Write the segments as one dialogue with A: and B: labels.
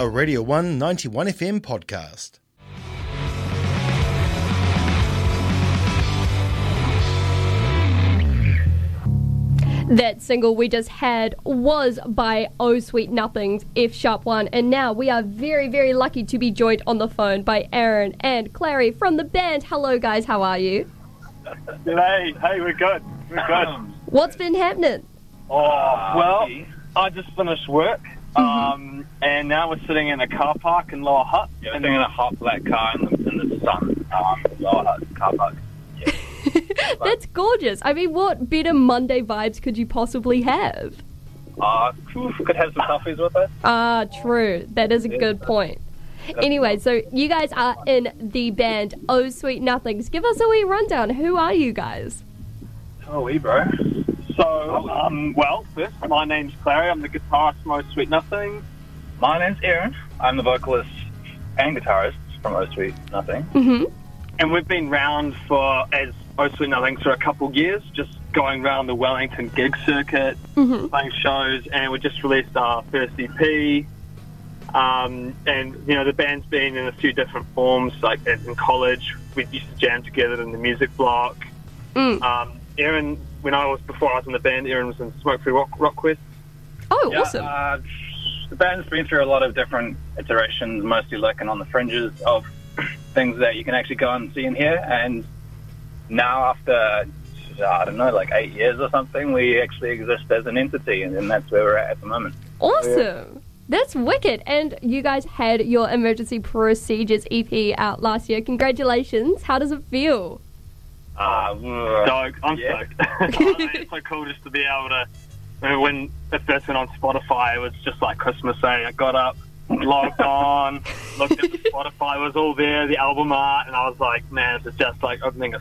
A: a Radio 191 FM podcast.
B: That single we just had was by Oh Sweet Nothings, F Sharp One, and now we are very, very lucky to be joined on the phone by Aaron and Clary from the band. Hello, guys, how are you?
C: Hey, hey, we're good. We're good.
B: What's been happening?
C: Oh, well, I just finished work, um, and now we're sitting in a car park in Lower Hutt. Yeah, sitting in a hot black car in the, in the sun, um, Lower Hutt car park.
B: That's gorgeous. I mean, what better Monday vibes could you possibly have?
C: Uh, could have some coffees with us.
B: Ah, true. That is a good point. Anyway, so you guys are in the band Oh Sweet Nothings. Give us a wee rundown. Who are you guys?
C: Oh, we, bro. So, um, well, first, my name's Clary. I'm the guitarist from Oh Sweet Nothing.
D: My name's Aaron. I'm the vocalist and guitarist from O Sweet Nothing.
B: hmm
C: And we've been round for, as Oh Sweet Nothing, for a couple years, just going round the Wellington gig circuit,
B: hmm
C: playing shows, and we just released our first EP. Um, and you know the band's been in a few different forms. Like as in college, we used to jam together in the music block.
B: Mm.
C: Um, Aaron, when I was before I was in the band, Aaron was in Smoke Free Rock Rockquest.
B: Oh,
D: Yeah,
B: awesome.
D: Uh, the band's been through a lot of different iterations, mostly looking on the fringes of things that you can actually go and see and hear. And now, after uh, I don't know, like eight years or something, we actually exist as an entity, and, and that's where we're at at the moment.
B: Awesome. That's wicked. And you guys had your emergency procedures EP out last year. Congratulations. How does it feel?
D: Uh,
C: Stoked. I'm
D: Yeah.
C: stoked. Oh, man, it's so cool just to be able to. I mean, When it first went on Spotify, it was just like Christmas Day. I got up, logged on, looked at the Spotify, it was all there, the album art, and I was like, man, this is just like opening a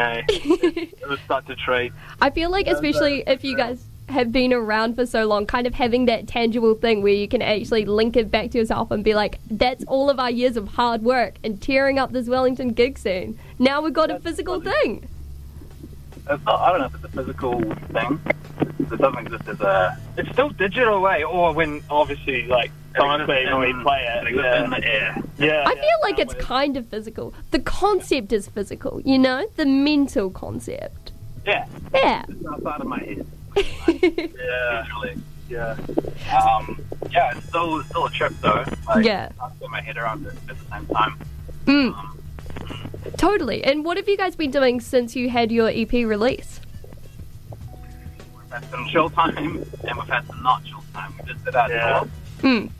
C: eh? It was such a treat.
B: I feel like, especially if you guys have been around for so long, kind of having that tangible thing where you can actually link it back to yourself and be like, that's all of our years of hard work and tearing up this Wellington gig scene. Now we've got a physical thing.
D: It's not, I don't know if it's a physical thing. It doesn't exist as a.
C: It's still digital, eh? Or when obviously, like, time when we play it.
D: exists in
C: Yeah.
D: the air.
C: yeah
B: I feel like it's kind of physical. The concept is physical, you know? The mental concept.
C: Yeah.
B: Yeah.
D: It's outside of my head.
C: Yeah.
D: Literally.
C: Yeah.
D: Um, yeah, it's still, it's still a trip though. Like,
B: Yeah.
D: I have to get my head around it at the same time.
B: Mm. Totally. And what have you guys been doing since you had your EP release?
D: We've had some chill time and we've had some not chill time. We just did our
C: Yeah.
D: tour.
B: Mm.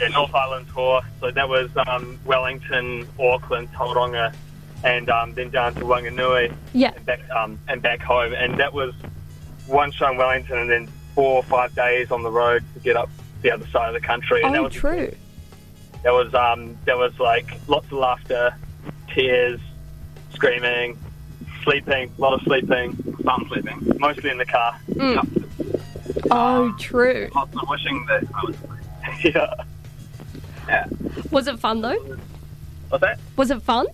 C: yeah, North Island tour. So that was um, Wellington, Auckland, Tauranga, and um, then down to Wanganui
B: Yeah.
C: and back um, and back home. And that was one show in Wellington, and then four or five days on the road to get up the other side of the country. And that
B: Oh,
C: was
B: true.
C: That was um, there was like lots of laughter, tears, screaming, sleeping, a lot of sleeping,
D: Some sleeping.
C: mostly in the car.
B: Mm. Oh, true.
D: Lots of wishing that I was asleep.
C: yeah.
B: Was it fun though?
D: What's that?
B: Was it fun?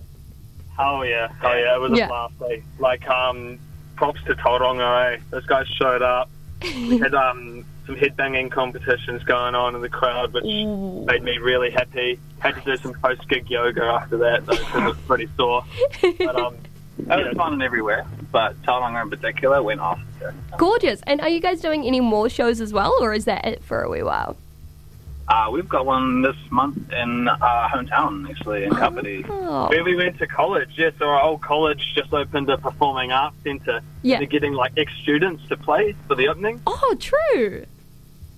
C: Oh yeah, oh yeah, it was
B: Yeah.
C: a blast. eh? Like um, props to Tauranga. Eh? Those guys showed up. We had um, some headbanging competitions going on in the crowd, which
B: Ooh.
C: made me really happy. Had to do some post gig yoga after that, though, 'cause it was pretty sore. But um,
D: It
C: Yeah.
D: was fun everywhere, but Tauranga in particular went off.
B: Gorgeous. And are you guys doing any more shows as well, or is that it for a wee while?
D: Uh, we've got one this month in our hometown, actually, in Kapiti.
B: Oh,
C: where we went to college, yes, our old college just opened a performing arts centre.
B: Yeah.
C: They're getting like ex students to play for the opening.
B: oh true.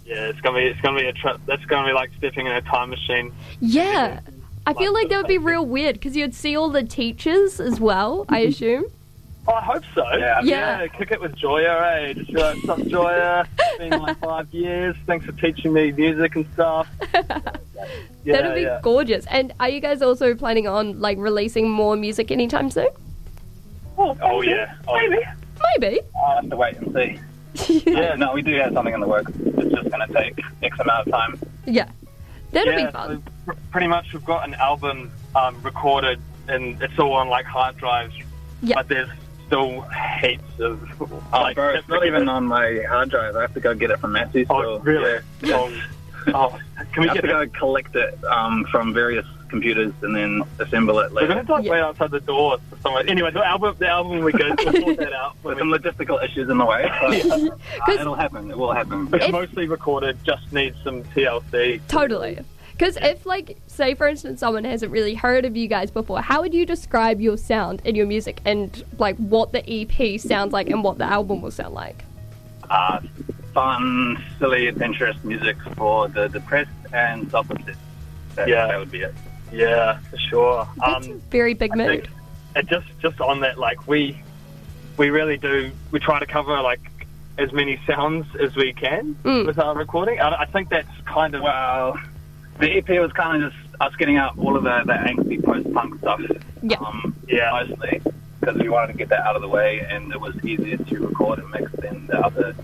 C: Yeah, it's gonna be it's gonna be a trip. That's gonna be like stepping in a time machine.
B: Yeah. I feel like that would be real weird because you'd see all the teachers as well, I
C: Mm-hmm.
B: assume.
C: Oh, I hope so.
D: Yeah.
B: Yeah.
C: Kick it with Joya, eh? Just be like, "Sup, Joya? uh, It's been like five years. Thanks for teaching me music and stuff. yeah,
B: That'd be
C: yeah.
B: gorgeous. And are you guys also planning on like releasing more music anytime soon?
D: Oh, yeah. Oh, Maybe.
B: Maybe.
D: I'll have to wait and see. Yeah, no, we do have something in the works. It's just going to take X amount of time.
B: yeah. That'll
C: yeah,
B: be fun.
C: so pr- pretty much we've got an album um, recorded and it's all on like hard drives,
B: Yeah.
C: but there's still heaps of
D: Oh,
C: like
D: bro, it's not even on my hard drive. I have to go get it from Matthew.
C: Oh,
D: so,
C: really?
D: yeah.
C: Oh, oh, Can we
D: I have
C: get
D: to
C: that?
D: go collect it um, from various computers and then assemble it
C: We're
D: later.
C: going to like
B: Yeah.
C: wait outside the door. For someone. Anyway, the album, the album we go, we'll sort that out.
D: With
C: When
D: some
C: we,
D: logistical issues in the way, but uh, it'll happen. It will happen.
C: it's
B: If-
C: mostly recorded. Just needs some TLC.
B: Totally. Because if, like, say for instance, someone hasn't really heard of you guys before, how would you describe your sound and your music and, like, what the EP sounds like and what the album will sound like?
D: Uh, fun, silly, adventurous music for the depressed and self-obsessed. That,
C: Yeah.
D: that would be it.
C: Yeah, for sure.
B: That's a
C: Um,
B: very big
C: I
B: mood.
C: think- and just just on that, like we we really do. We try to cover like as many sounds as we can
B: Mm.
C: with our recording. I, I think that's kind of
D: Well, uh, the EP was kind of just us getting out all of the, the angsty post-punk stuff.
B: Yeah.
D: Um,
C: Yeah.
D: Mostly because we wanted to get that out of the way, and it was easier to record and mix than the other.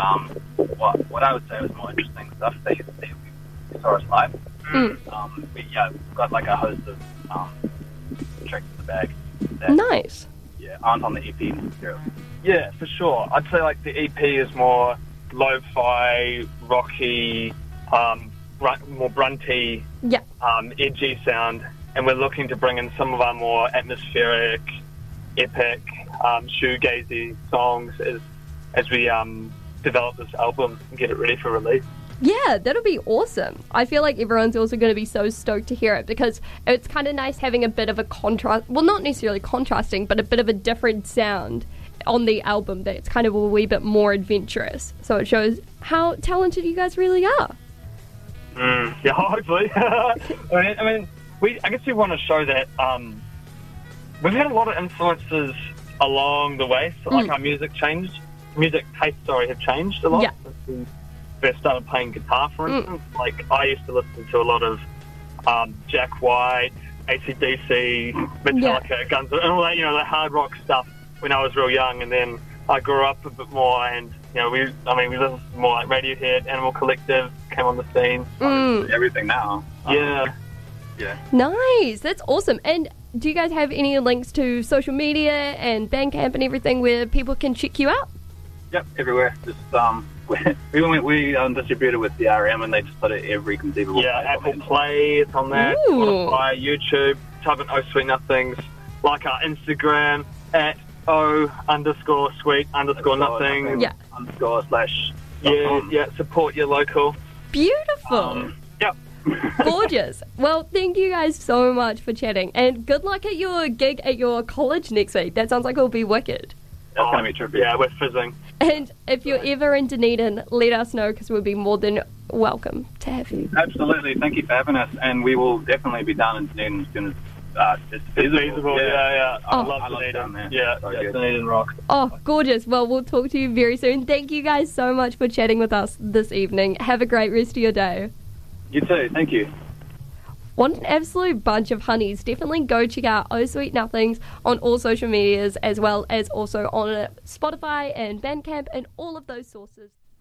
D: Um, what what I would say was more interesting stuff that you see if you saw us live.
B: Mm.
D: Um, but yeah, we've got like a host of um, tricks in the bag that
B: Nice.
D: yeah, aren't on the E EP material.
C: Yeah, for sure. I'd say like the EP is more lo-fi, rocky, um, br- more grunty,
B: Yeah.
C: um, edgy sound, and we're looking to bring in some of our more atmospheric, epic, um, shoegazy songs as as we um, develop this album and get it ready for release.
B: Yeah, that'll be awesome. I feel like everyone's also going to be so stoked to hear it because it's kind of nice having a bit of a contrast. Well, not necessarily contrasting, but a bit of a different sound on the album that's kind of a wee bit more adventurous. So it shows how talented you guys really are.
C: Yeah, hopefully. I, mean, I mean, we. I guess we want to show that um, we've had a lot of influences along the way. So, like
B: Mm.
C: our music changed, music taste, sorry, have changed a lot
B: Yeah.
C: since we first started playing guitar. For
B: Mm.
C: instance, like I used to listen to a lot of um, Jack White, ACDC, Metallica, Guns, and all that. You know, the hard rock stuff when I was real young, and then I grew up a bit more, and you know, we. I mean, we listened to more like Radiohead, Animal Collective came on the scene.
B: Mm,
D: Everything now. Um,
C: Yeah.
B: nice. That's awesome. And do you guys have any links to social media and Bandcamp and everything where people can check you out?
D: Yep, everywhere. Just um, we we, went- we um, distributed with DRM, and they just put it every conceivable.
C: Yeah, Apple
D: platform.
C: Play, it's on there.
B: Ooh.
C: Spotify, YouTube. Type in O Sweet Nothings. Like our Instagram at O underscore Sweet underscore Nothing.
B: Yeah.
D: Underscore slash.
C: Yeah, yeah. Support your local.
B: Beautiful.
C: Yep.
B: Gorgeous. Well, thank you guys so much for chatting, and good luck at your gig at your college next week. That sounds like it'll be wicked.
D: That's
C: Oh,
D: gonna be trippy.
C: Yeah, we're fizzing.
B: And if you're ever in Dunedin, let us know because we'll be more than welcome to have you.
D: Absolutely. Thank you for having us, and we will definitely be down in Dunedin as soon as uh, it's
C: It's
D: feasible.
C: feasible. Yeah, yeah. I
B: Oh.
D: I
C: love
D: love down there.
C: Dunedin. Yeah,
D: So
C: yeah
D: good.
C: Dunedin Rock.
B: Oh, gorgeous. Well, we'll talk to you very soon. Thank you guys so much for chatting with us this evening. Have a great rest of your day.
D: You too. Thank you.
B: Want an absolute bunch of honeys? Definitely go check out Oh Sweet Nothings on all social medias as well as also on Spotify and Bandcamp and all of those sources.